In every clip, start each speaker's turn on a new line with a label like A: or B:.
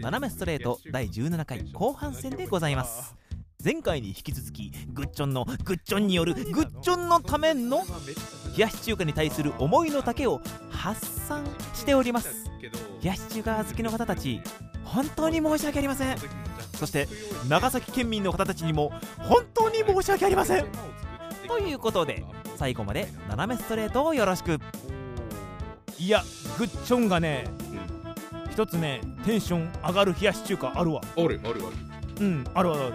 A: 斜めストレート第17回後半戦でございます前回に引き続きグッチョンのグッチョンによるグッチョンのための冷やし中華に対する思いの丈を発散しております冷やし中華好きの方たち本当に申し訳ありませんそして長崎県民の方たちにも本当に申し訳ありませんということで最後まで斜めストレートをよろしく
B: いやグッチョンがね一つねテンション上がる冷やし中華あるわ
C: おるおるおる
B: うんあるあるある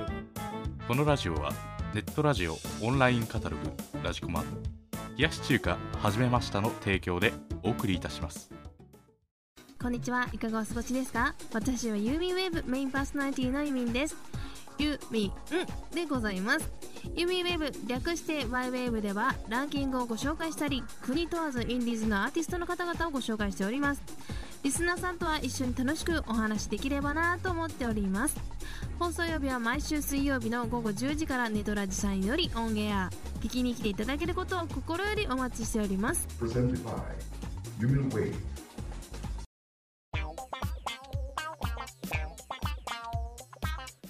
D: このラジオはネットラジオオンラインカタログラジコマ冷やし中華始めましたの提供でお送りいたします
E: こんにちは、いかがお過ごしですか私はユーミンウェーブメインパーソナリティのゆみんです。ゆみんでございます。ユーミンウェーブ、略して YWAVE ではランキングをご紹介したり、国問わずインディーズのアーティストの方々をご紹介しております。リスナーさんとは一緒に楽しくお話しできればなと思っております。放送曜日は毎週水曜日の午後10時からネトラジさんよりオンエア。聞きに来ていただけることを心よりお待ちしております。
F: presented by Human Wave.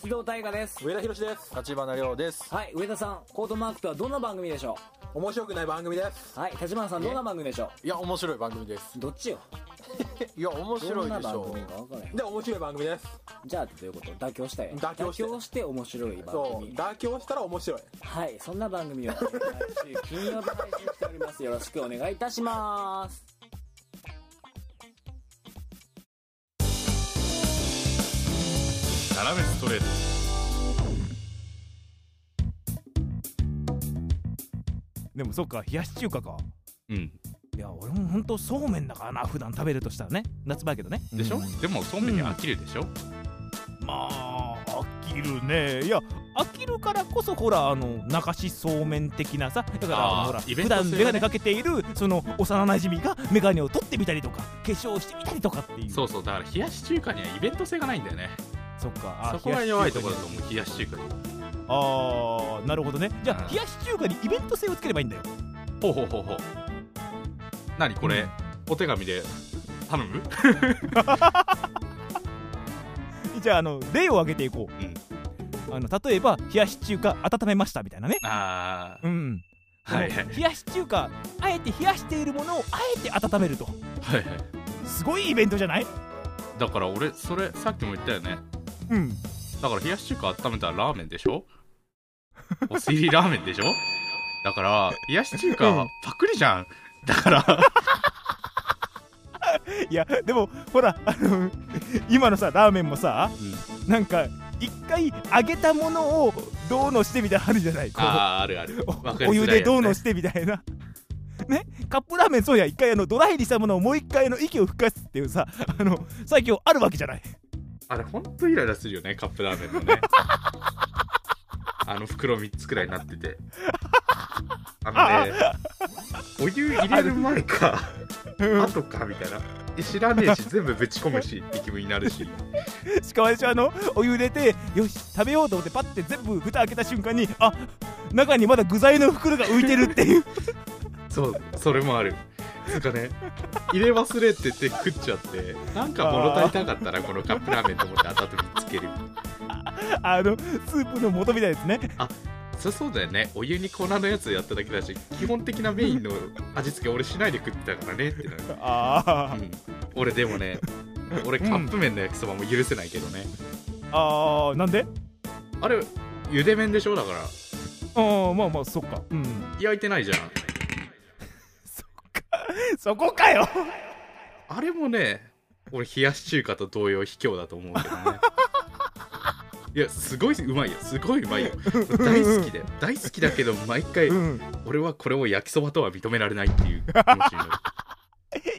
G: 須藤大河です
H: 上田博です立花亮です
G: はい上田さんコートマークとはどんな番組でしょ
H: 面白くない番組です
G: うはい立花さんどんな番組でしょ
H: いや面白い番組です
G: うどっちよ
H: いや面
G: ど
H: 白
G: ん
H: い
G: な
H: でし
G: 番
H: ょ
G: 組か分からへん
H: で面白い番組です
G: じゃあどういうこと妥協したよ
H: 妥協して
G: 面白い番
H: そう
G: 組
H: 妥協したら面白い
G: はいそんな番組を毎週金曜日配信しておりますよろしくお願いいたします
D: 斜めストレート
B: でもそっか冷やし中華か
D: うん
B: いや俺もほんとそうめんだからな普段食べるとしたらね夏場やけどね
D: でしょ、
B: うん
D: でもそうめんに飽きるでしょ、
B: まあ飽きるねいや飽きるからこそほらあの流しそうめん的なさだから
D: あー
B: あのほら
D: イベ
B: 普
D: ント性
B: 段眼鏡かけているその幼なじみが眼鏡を取ってみたりとか化粧してみたりとかっていう
D: そうそうだから冷やし中華にはイベント性がないんだよね
B: そっかあー
D: そこが弱いところだ
B: 冷
D: と
B: やし中華に
D: 思う冷やし中華に
B: あーなるほどねじゃ
D: うん
B: あ冷やし中華にイベント性をつければいいんだよ
D: ほうほうほうほう何これ、
B: うん
D: お手紙で頼む
B: じゃああの例を挙げていこ
D: うん
B: うあの例えば冷やし中華温めましたみたいなね
D: あー
B: うん
D: はいはい
B: でも冷やし中華あえて冷やしているものをあえて温めると
D: はいはい
B: すごいイベントじゃない
D: だから俺それさっきも言ったよね
B: うん
D: だから冷やし中華温めたらラーメンでし ょお尻ラーメンでしょだから冷やし中華はパクリじゃんだから
B: いやでもほらあの今のさラーメンもさなんか一回揚げたものをどうのしてみたいなのあるじゃないこう
D: ああーあるある
B: お
D: わかりづらいやつね
B: お湯でどうのしてみたいな。 ね、カップラーメンそうや一回あのドライにしたものをもう一回あの息を吹かすっていうさあの最近あるわけじゃない
D: あれほんとイライラするよねカップラーメンのねあの袋3つくらいになっててあのねお湯入れる前か
B: うん
D: 後かみたいなえ知らねえし全部ぶち込むしって気分になるし
B: しかも私はあのお湯入れてよし食べようと思ってパッて全部蓋開けた瞬間にあ中にまだ具材の袋が浮いてるっていう
D: そうそれもあるつうかね入れ忘れてて食っちゃってなんか物足りたかったらこのカップラーメンと思って後で見つける
B: あのスープの元みたいですね
D: そそうだよねお湯に粉のやつやっただけだし基本的なメインの味付け俺しないで食ってたからねってなる、
B: あ
D: うん、俺でも ね俺カップ麺の焼きそばも許せないけどね、
B: ーあーなんで
D: あれ茹で麺でしょだから
B: ああまあまあそっかうん
D: 焼いてないじゃん
B: そこかよ
D: あれもね俺冷やし中華と同様卑怯だと思うけど ねいやすごいうまいよすごいうまいよ大好きだよ大好きだけど毎回
B: うん
D: 俺はこれを焼きそばとは認められないっていう気持ちになる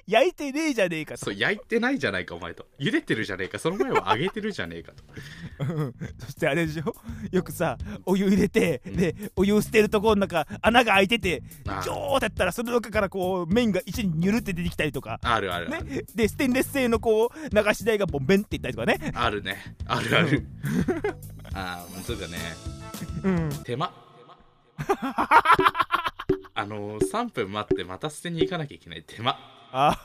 B: 焼いてねえじゃねえかと
D: そう焼いてないじゃないかお前と茹でてるじゃねえかその前は揚げてるじゃねえかと
B: うんそしてあれでしょ よくさお湯入れて、でお湯を捨てるところの中穴が開いてて
D: あー
B: ジョーってやったらその中からこう麺が一にニュルって出てきたりとか、
D: あるあるある、
B: ね、でステンレス製のこう流し台がボンベンっていったりとかね、
D: あるねあるあるああそうかね
B: うん、
D: 手間あのー、3分待ってまた捨てに行かなきゃいけない手間
B: あ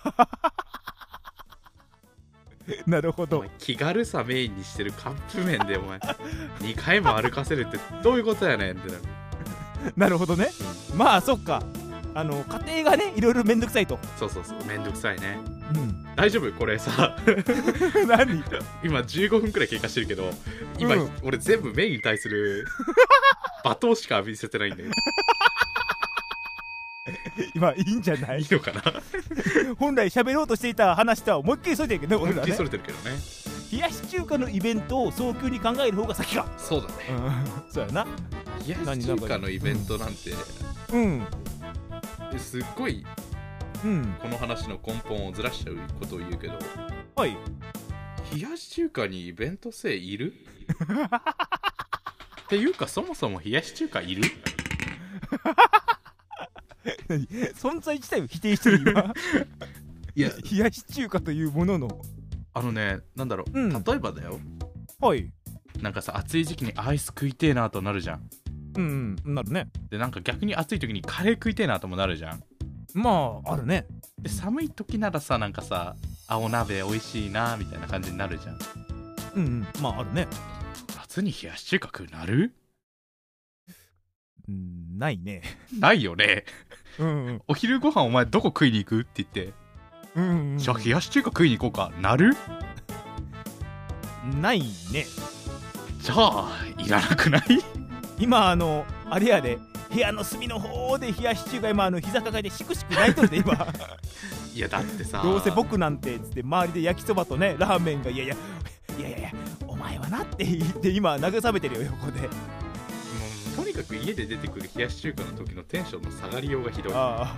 B: なるほ
D: お
B: ど
D: 前気軽さメインにしてるカップ麺でお前2回も歩かせるってどういうことやねんってなる
B: なるほどねまあそっかあの家庭がねいろいろめんどくさいと
D: そうそうそうめんどくさいね
B: うん
D: 大丈夫これさ
B: 何
D: 今15分くらい経過してるけど今、
B: うん
D: 俺全部メインに対す る罵倒しか浴びせてないんだよ
B: 今いいんじゃないい
D: いのかな
B: 本来喋ろうとしていた話とは思いっきりそれてるけどね
D: 本
B: 俺ら
D: 気
B: ね
D: それてるけどね
B: 冷やし中華のイベントを早急に考える方が先か
D: そうだね
B: うんそうやな
D: 冷やし中華のイベントなんて
B: うん
D: すっごい
B: うん
D: この話の根本をずらしちゃうことを言うけど
B: はい
D: 冷やし中華にイベント性い るっていうかそもそも冷やし中華いる
B: 何存在自体を否定してる今
D: いや
B: 冷やし中華というものの
D: あのねなんだろう、
B: うん
D: 例えばだよ
B: はい
D: なんかさ暑い時期にアイス食いてえなとなるじゃん
B: うんうんなるね
D: でなんか逆に暑い時にカレー食いてえなともなるじゃん
B: まああるね
D: で寒い時ならさなんかさ青鍋美味しいなみたいな感じになるじゃん
B: うんうんまああるね
D: 夏に冷やし中華食うなる
B: うんないね
D: ないよね
B: うんうん
D: お昼ご飯お前どこ食いに行くって言って、
B: うんうん
D: じゃあ冷やし中華食いに行こうかなる
B: ないね
D: じゃあいらなくない
B: 今あのあれやで部屋の隅の方で冷やし中華今あの膝抱えてシクシク泣いとるで 今
D: いやだってさ
B: どうせ僕なんてっつって周りで焼きそばとねラーメンがいやいやいやいやいやお前はなって言って今慰めてるよ横で
D: もうとにかく家で出てくる冷やし中華の時のテンションの下がりようがひどい
B: ああ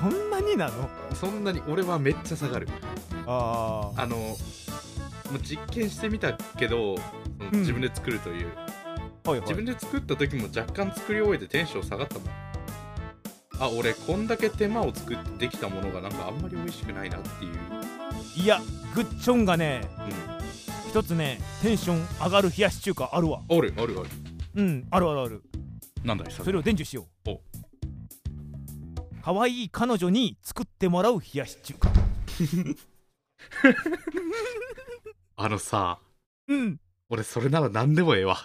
B: そんなになの
D: そんなに俺はめっちゃ下がる
B: ああ
D: あのもう実験してみたけどその
B: うん
D: 自分で作るという、
B: はいはい
D: 自分で作った時も若干作り終えてテンション下がったもんあ俺こんだけ手間を作ってできたものがなんかあんまり美味しくないなっていう、
B: いやグッチョンがね
D: う
B: 一つねテンション上がる冷やし中華あるわ
D: ん、あるあるある
B: うんあるあるある
D: なんだいそ
B: そ
D: れ
B: れを伝授しよう
D: お
B: 可愛い彼女に作ってもらう冷やし中華
D: あのさ
B: うん
D: 俺それなら何でもえ えわ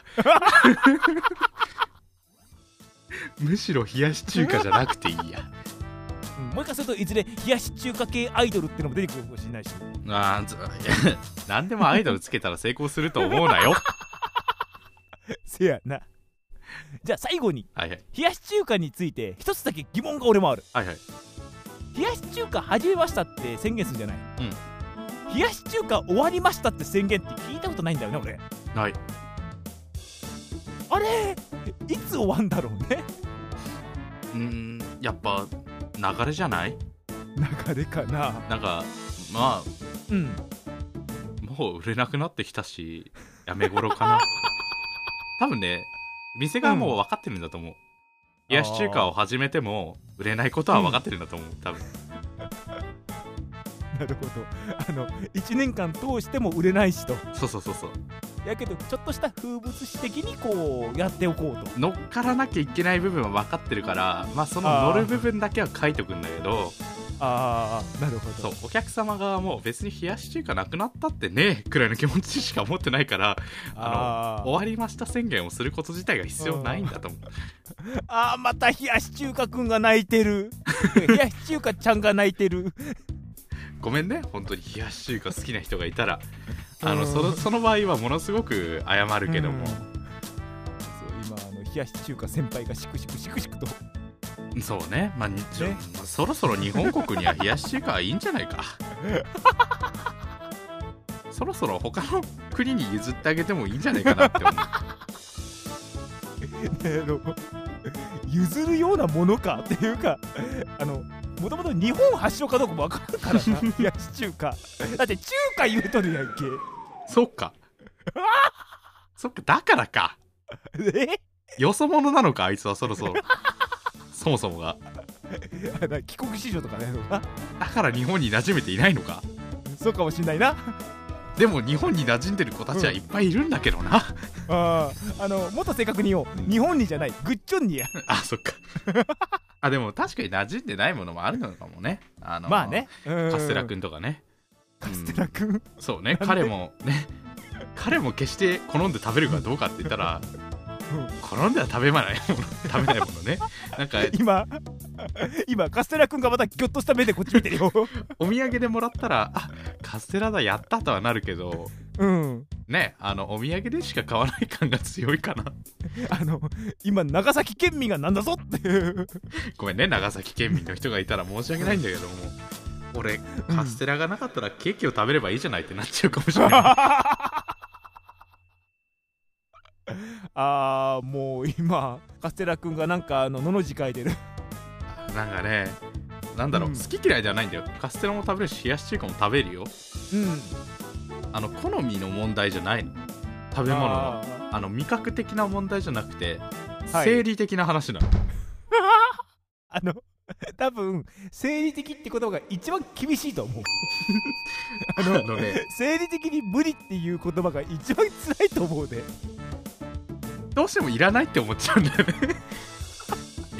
D: むしろ冷やし中華じゃなくていいや
B: うんもう一回するといずれ冷やし中華系アイドルってのも出てくるかもしれないし
D: あーず 何でもアイドルつけたら成功すると思うなよ
B: せやなじゃあ最後に
D: はいはい
B: 冷やし中華について一つだけ疑問が俺もある
D: はいはい
B: 冷やし中華始めましたって宣言するんじゃない、うん、冷やし中華終わりましたって宣言って聞いたことないんだよね俺
D: ない
B: あれいつ終わんだろうね
D: うんやっぱ流れじゃない
B: 流れかな
D: なんかまあ
B: うん
D: もう売れなくなってきたしやめ頃か な多分ね店側もう分かってるんだと思う、冷やし中華を始めても売れないことは分かってるんだと思う多分
B: なるほどあの1年間通しても売れないしと
D: そうそうそうそう
B: やけどちょっとした風物詩的にこうやっておこうと
D: 乗っからなきゃいけない部分は分かってるからまあその乗る部分だけは書いとくんだけど
B: ああなるほ
D: そうお客様側も別に冷やし中華なくなったってねくらいの気持ちしか思ってないからあ
B: あ
D: 終わりました宣言をすること自体が必要ないんだと思う
B: ーあーまた冷やし中華くんが泣い てる冷やし中華ちゃんが泣いてる
D: ごめんね本当に冷やし中華好きな人がいたらあのそのその場合はものすごく謝るけども
B: うんそう今あの冷やし中華先輩がしくしくしくしくと
D: そうねまあ日
B: ね
D: まあそろそろ日本国には冷やし中華はいいんじゃ ないかそろそろ他の国に譲ってあげてもいいんじゃないかなって思う
B: あの譲るようなものかっていうかあのもともと日本発祥かどうかも分からんから な冷やし中華だって中華言うとるやんけ
D: そっか そっかだからか
B: え
D: よそ者なのかあいつはそろ そろそもそもが
B: あだから帰国子女とか ね
D: だから日本に馴染めていないのか
B: そうかもしんないな
D: でも日本に馴染んでる子たちはいっぱいいるんだけどな、
B: あーあのもっと正確に言おう日本にじゃないグッチョンにや
D: あそっか あでも確かに馴染んでないものもあるのかもねあの
B: まあね
D: カ
B: カ
D: ステラくんとかね
B: カステラくん
D: そうね彼もね彼も決して好んで食べるかどうかって言ったら
B: うん
D: 好んでは食べないもの食べないものねなんか
B: 今 今カステラくんがまたギョッとした目でこっち見 てるよ
D: お土産でもらったらあカステラだやったとはなるけど
B: うん
D: ねあのお土産でしか買わない感が強いかな
B: あの今長崎県民がなんだぞって いう
D: ごめんね長崎県民の人がいたら申し訳ないんだけども俺カステラがなかったらケーキを食べればいいじゃないってなっちゃうかもし れない
B: あーもう今カステラくんがなんかあののの字書いてる
D: なんかねなんだろう、
B: うん
D: 好き嫌いじゃないんだよカステラも食べるし冷やし中華も食べるよ
B: うん
D: あの好みの問題じゃないの食べ物の
B: あー
D: あの味覚的な問題じゃなくて、
B: はい
D: 生理的な話なの
B: あの多分生理的って言葉が一番厳しいと思う あの
D: あのね
B: 生理的に無理っていう言葉が一番辛いと思うで
D: どうしてもいらないって思っちゃうんだよね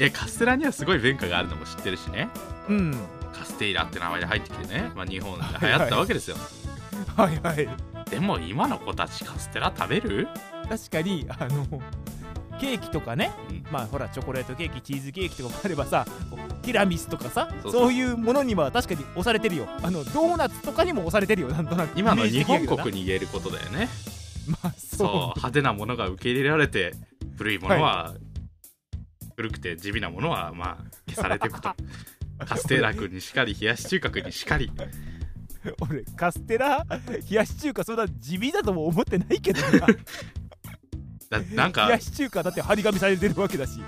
D: いやカステラにはすごい文化があるのも知ってるしね
B: うん
D: カステイラって名前で入ってきてね、まあ、日本で流行ったわけですよ、
B: はいはい
D: でも今の子たちカステラ食べる
B: 確かにあのケーキとかね、
D: うん
B: まあほらチョコレートケーキチーズケーキとかもあればさこうティラミスとかさ
D: そ
B: そうう
D: そう
B: いうものには確かに押されてるよあのドーナツとかにも押されてるよなんとなく
D: 今の
B: イメージ
D: 日
B: 的だけ
D: 本
B: どな
D: 国に言えることだよねそ
B: まあ
D: う
B: そ
D: 派手なものが受け入れられて古いものは、古くて地味なものはまあ消されてい くとカステイラ君にしかり冷やし中華君にしかり
B: う俺カステラ冷やし中華そんな地味だとも思ってないけどな
D: だなん
B: 冷
D: か
B: や、し中華だって張り紙されてるわけだし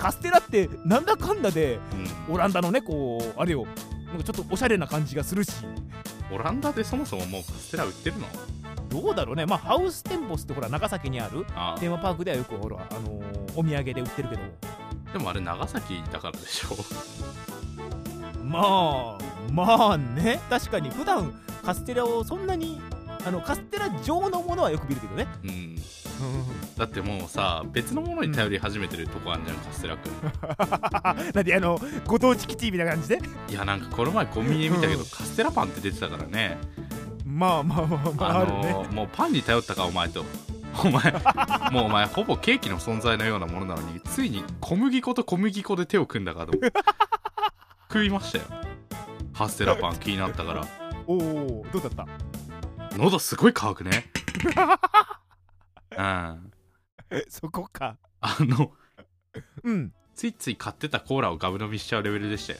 B: カステラってなんだかんだで
D: うん
B: オランダのねこうあれよなんかちょっとおしゃれな感じがするし
D: オランダでそもそももうカステラ売ってるの
B: どうだろうねまあハウステンボスってほら長崎にある
D: あ
B: テーマパークではよくほら、あのーお土産で売ってるけど
D: あでもあれ長崎だからでしょ
B: まあまあね確かに普段カステラをそんなにあのカステラ状のものはよく見るけどね
D: うんだってもうさ別のものに頼り始めてるとこあんじゃん、カステラ 君
B: なんであのご当地キティみたいな感じで
D: いやなんかこの前コンビニで見たけど、
B: うん
D: カステラパンって出てたからね
B: まあまあまあまああ
D: あ
B: るね
D: のーもうパンに頼ったかお前とお 前もうお前ほぼケーキの存在のようなものなのについに小麦粉と小麦粉で手を組んだかと 食いましたよカステラパン気になったから
B: おおどうだった
D: 喉すごい乾くね うんあ
B: そこか
D: の
B: うん
D: ついつい買ってたコーラをガブ飲みしちゃうレベルでした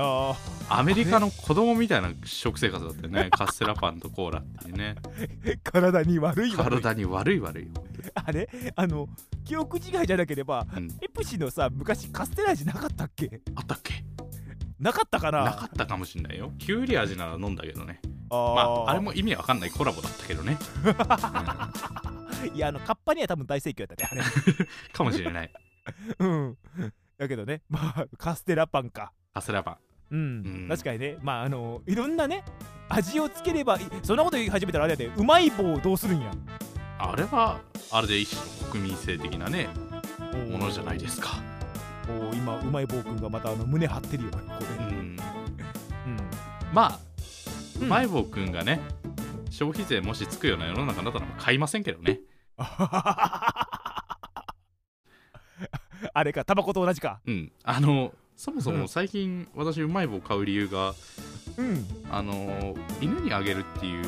D: よ
B: あ
D: アメリカの子供みたいな食生活だったよねカステラパンとコーラっていうね
B: ー体に悪い悪い
D: 体に悪い悪い
B: あれあの記憶違いじゃなければ
D: うん
B: エプシのさ昔カステラ味なかったっけ
D: あったっけ
B: なかったかな
D: なかったかもしんないよキュウリ味なら飲んだけどね
B: あ
D: ま
B: ー
D: あ、あれも意味わかんないコラボだったけどね、うん
B: いやあのカッパには多分大盛況だったねあ
D: かもしれ ない
B: れうん だけどね まあカステラパンか
D: カステラパン
B: うん、
D: うん
B: 確かにねまああのいろんなね味をつければいそんなこと言い始めたらあれだよねうまい棒をどうするんや
D: あれはあれで一種の国民性的なねものじゃないですすか
B: 今うまい棒くんがまたあの胸張ってるよこ
D: う
B: れ
D: ん
B: うん
D: まあ
B: うん
D: うまい棒くんがね消費税もしつくような世の中だったら買いませんけどね
B: あれかタバコと同じか
D: うんあのそもそうも
B: ん
D: 最近私うまい棒買う理由が
B: うん
D: あの犬にあげるっていう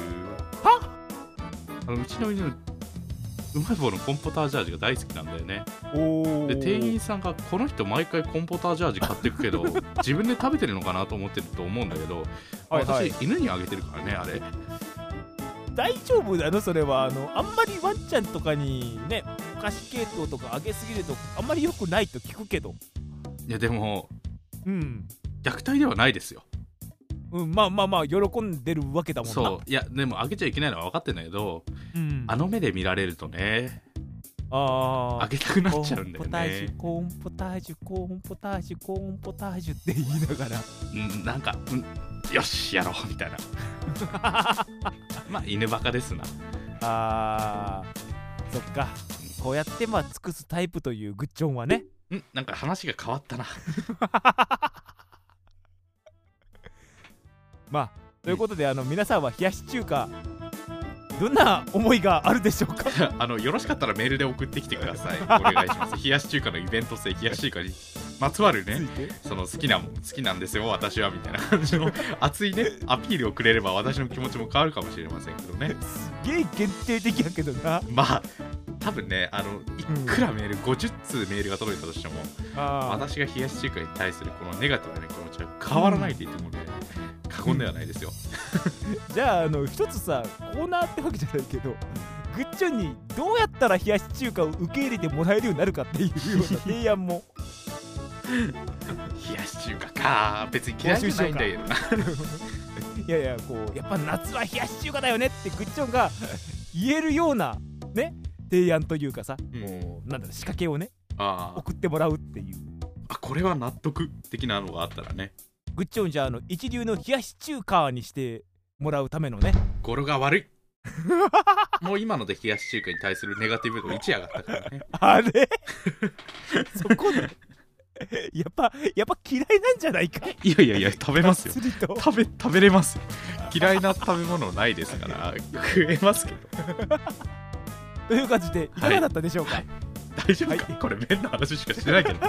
D: あのうちの犬うまい棒のコンポタージュ味が大好きなんだよね
B: おお
D: で店員さんがこの人毎回コンポタージュ味買ってくけ ど自分で食べてるのかなと思ってると思うんだけど、
B: はいはい
D: 私犬にあげてるからねあれ
B: 大丈夫なのそれはあのあんまりワンちゃんとかにねお菓子系統とかあげすぎるとあんまり良くないと聞くけど
D: いやでも
B: うん、
D: 虐待ではないですよ
B: うん、まあまあまあ喜んでるわけだもんな
D: そういやでもあげちゃいけないのは分かってんだけど
B: うん、
D: あの目で見られるとね
B: あー
D: あげたくな
B: コ
D: っちゃう
B: ー
D: ん
B: ン
D: だ
B: ポ
D: よ
B: タージ
D: ね
B: ュコーンポタージュコーンポタージュコーンポタージュって言いながら
D: うんなんか、うん、よしやろうみ たいなまあ犬バカですな
B: あーそっかこうやってまあ尽くすタイプというグッチョンはね
D: んなんか話が変わったな。
B: まあということであの皆さんは冷やし中華どんな思いがあるでしょうか
D: あのよろしかったらメールで送ってきてくだ さい。お願いします。冷やし中華のイベント性、冷やし中華にまつわるね、その好きな好きなんですよ、私はみたいな感じの 熱いね、アピールをくれれば私の気持ちも変わるかもしれませんけどね。
B: ゲイ限定的やけどな
D: まあ、多分ね、あのいくらメール、50通メールが届いたとしても、
B: あー
D: 私が冷やし中華に対するこのネガティブな気持ちは変わらないと言ってもね、過言ではないですよ。
B: じゃああの一つさコーナーってわけじゃないけどグッチョンにどうやったら冷やし中華を受け入れてもらえるようになるかっていうような提案も
D: 冷やし中華か、別に嫌いじゃないんだけどな。
B: いやいやこうやっぱ夏は冷やし中華だよねってグッチョンが言えるようなね提案というかさ
D: も
B: なんだろう仕掛けをね
D: う あー
B: 送ってもらうっていう
D: あ、これは納得的なのがあったらね。
B: グッチョンじゃああの一流の冷やし中華にしてもらうためのね
D: 語呂が悪 いもう今ので冷やし中華に対するネガティブ度1上がったからね
B: あれそこでやっぱやっぱ嫌いなんじゃないか
D: いやいやいや食べますよ
B: 釣りと
D: 食べ食べれますよ嫌いな食べ物ないですから食えますけど
B: という感じでいかがだったでしょうか、
D: 大丈夫か、これ麺の話しかしてないけど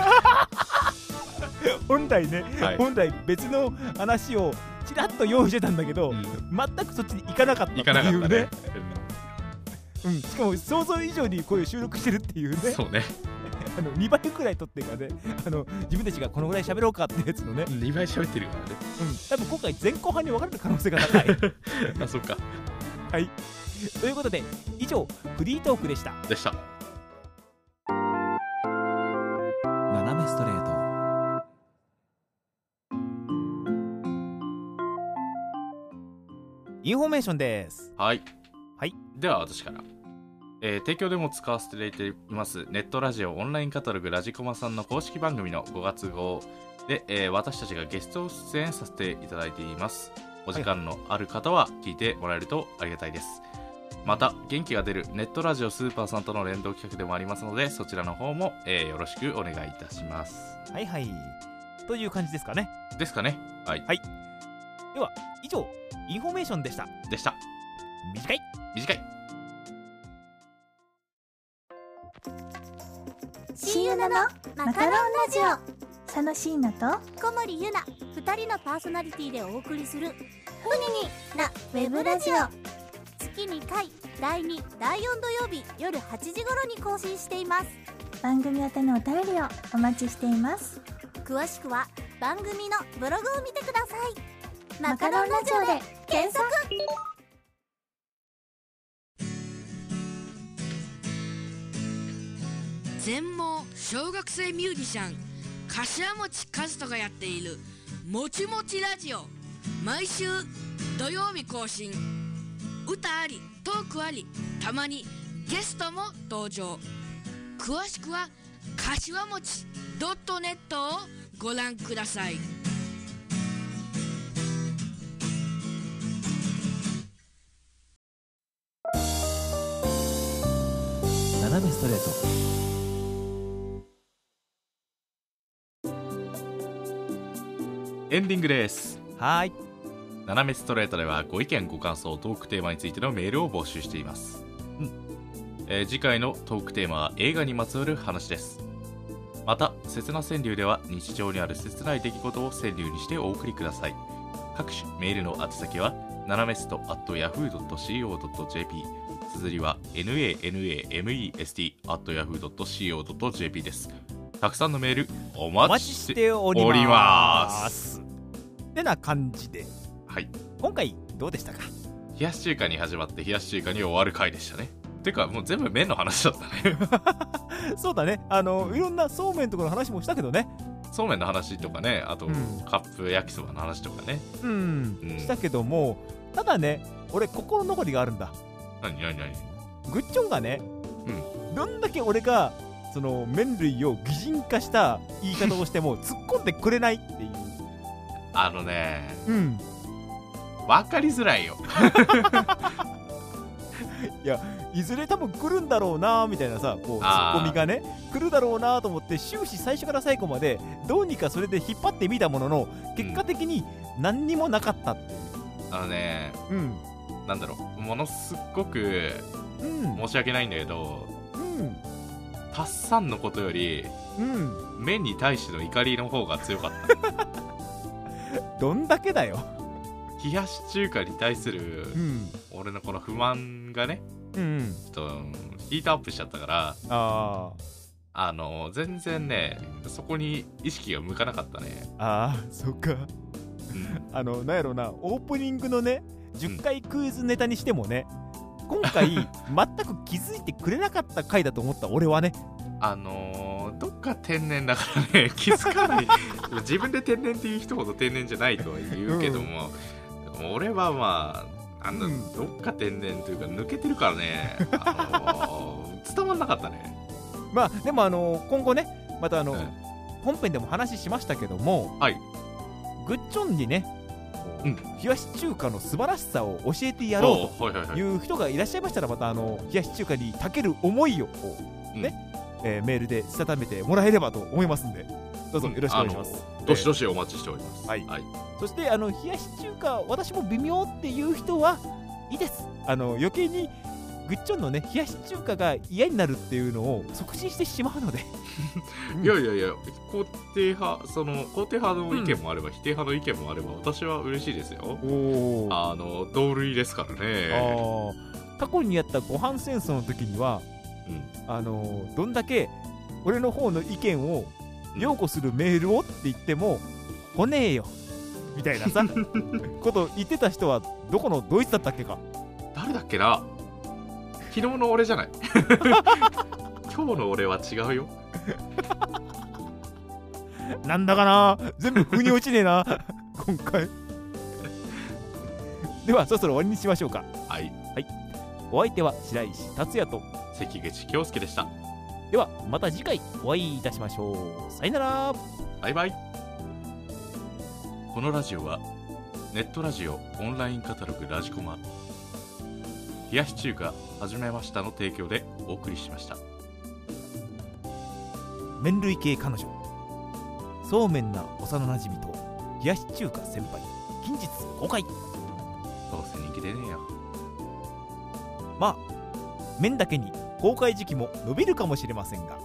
B: 本来ね、
D: はい
B: 本来別の話をちらっと用意してたんだけど、
D: うん
B: 全くそっちに行かなかったってい
D: いうかなかったね
B: ね、うん、しかも想像以上にこういう収録してるってい
D: う
B: う
D: ん
B: ね
D: そうね
B: あの2倍くらい撮ってるからねあの自分たちがこのぐらい喋ろうかってやつのね、うん、
D: 2倍喋ってるからね
B: 多分今回前後半に分かれる可能性が高い
D: あそっか
B: ということで以上フリートークでした
D: でした
A: 斜めストレート
B: インフォメーションです
D: はい、
B: はい、
D: では私から、えー提供でも使わせていただいていますネットラジオオンラインカタログラジコマさんの公式番組の5月号で、えー私たちがゲスト出演させていただいていますお時間のある方は聞いてもらえるとありがたいです、また元気が出るネットラジオスーパーさんとの連動企画でもありますのでそちらの方も、えーよろしくお願いいたします
B: はいはいという感じですかね
D: ですかねはい
B: 以上インフォメーションでした
D: でした
B: 短い
D: 短い
C: シーユナのマカロンラジオ佐野椎名と小森ゆな二人のパーソナリティでお送りする「ふにに」なウェブラジオ月2回第2第4土曜日夜8時頃に更新しています番組宛てのお便りをお待ちしています詳しくは番組のブログを見てくださいマカロンラジオで検索
I: 全盲小学生ミュージシャン柏持和人がやっている「もちもちラジオ」毎週土曜日更新歌ありトークありたまにゲストも登場詳しくは柏餅 .net をご覧ください
A: 斜めストレート
D: エンディングです
B: はーい
D: 斜めストレートではご意見ご感想トークテーマについてのメールを募集しています、えー次回のトークテーマは映画にまつわる話ですまた刹那川柳では日常にある切ない出来事を川柳にしてお送りください各種メールの宛先は斜めスト at yahoo.co.jp 綴りは nanamest at yahoo.co.jp ですたくさんのメールお
B: お
D: 待
B: 待
D: ち
B: ち
D: し
B: してており
D: おりま
B: ますてな感じで
D: はい
B: 今回どうでしたか
D: 冷やし中華に始まって冷やし中華に終わる回でしたねてかもう全部麺の話だったね
B: そうだねあのいろんなそうめんとかの話もしたけどね
D: そうめんの話とかねあと、
B: うん
D: カップ焼きそばの話とかね
B: うん、
D: うん
B: したけどもただね俺心残りがあるんだ
D: 何何何
B: グッチョンがね、
D: う
B: どんだけ俺がその麺類を擬人化した言い方をして も突っ込んでくれないっていう
D: あのね
B: うん
D: 分かりづらいよ
B: いやいずれ多分来るんだろうなみたいなさこうツ
D: あー
B: ッコミがね来るだろうなと思って終始最初から最後までどうにかそれで引っ張ってみたものの結果的に何にもなかったっていう
D: あのね
B: うん
D: なんだろうものすっごく
B: うん
D: 申し訳ないんだけど
B: うん
D: たっさんのことより
B: うん
D: 面に対しての怒りの方が強かった
B: どんだけだよ
D: 冷やし中華に対する
B: うん
D: 俺のこの不満がね
B: うん
D: ちょっとうんヒートアップしちゃったから
B: あ
D: あの全然ねそこに意識が向かなかったね、
B: ーあーそっか
D: うん
B: あのなんやろなオープニングのね10回クイズネタにしてもね今 回全く気づいてくれなかった回だと思った俺はね
D: あのーどっか天然だから ね気づかない自分で天然っていう人ほど天然じゃないとは言うけども、俺はまあなんだ、
B: うん
D: どっか天然というか抜けてるからね、あのー伝わんなかったね
B: まあでもあの今後ねまたあの、
D: うん
B: 本編でも話しましたけども、
D: はい
B: グッチョンにね、
D: うん
B: 冷やし中華の素晴らしさを教えてやろ
D: おうはいはいうは
B: と
D: い
B: いう人がいらっしゃいましたらまたあの冷やし中華にたける思いを、
D: うん
B: ね、えーメールでしたためてもらえればと思いますんでどうぞよろしくお願いします、
D: あのどしどしお待ちしております
B: はい
D: はい、
B: そしてあの冷やし中華私も微妙っていう人はいいですあの余計にグッチョンのね冷やし中華が嫌になるっていうのを促進してしまうので
D: いやいやいや肯定派その肯定派の意見もあれば、否定派の意見もあれば私は嬉しいですよ
B: おー
D: あの同類ですからね
B: あー過去にやったご飯戦争の時には、あのーどんだけ俺の方の意見を
D: うん
B: 擁護するメールをって言っても「来ねえよ」みたいなさ こと言ってた人はどこのドイツだったっけか
D: 誰だっけな昨日の俺じゃない 今日の俺は違うよ
B: なんだかな全部腑に落ちねえな今回 ではそろそろ終わりにしましょうか
D: はい
B: お相手は白石達也と
D: 関口京介でした
B: ではまた次回お会いいたしましょうさよなら
D: バイバイこのラジオはネットラジオオンラインカタログラジコマ冷やし中華始めましたの提供でお送りしました
A: 麺類系彼女そうめんな幼なじみと冷やし中華先輩近日公開
D: どうせ人気出ねえよ
A: まあ麺だけに公開時期も伸びるかもしれませんが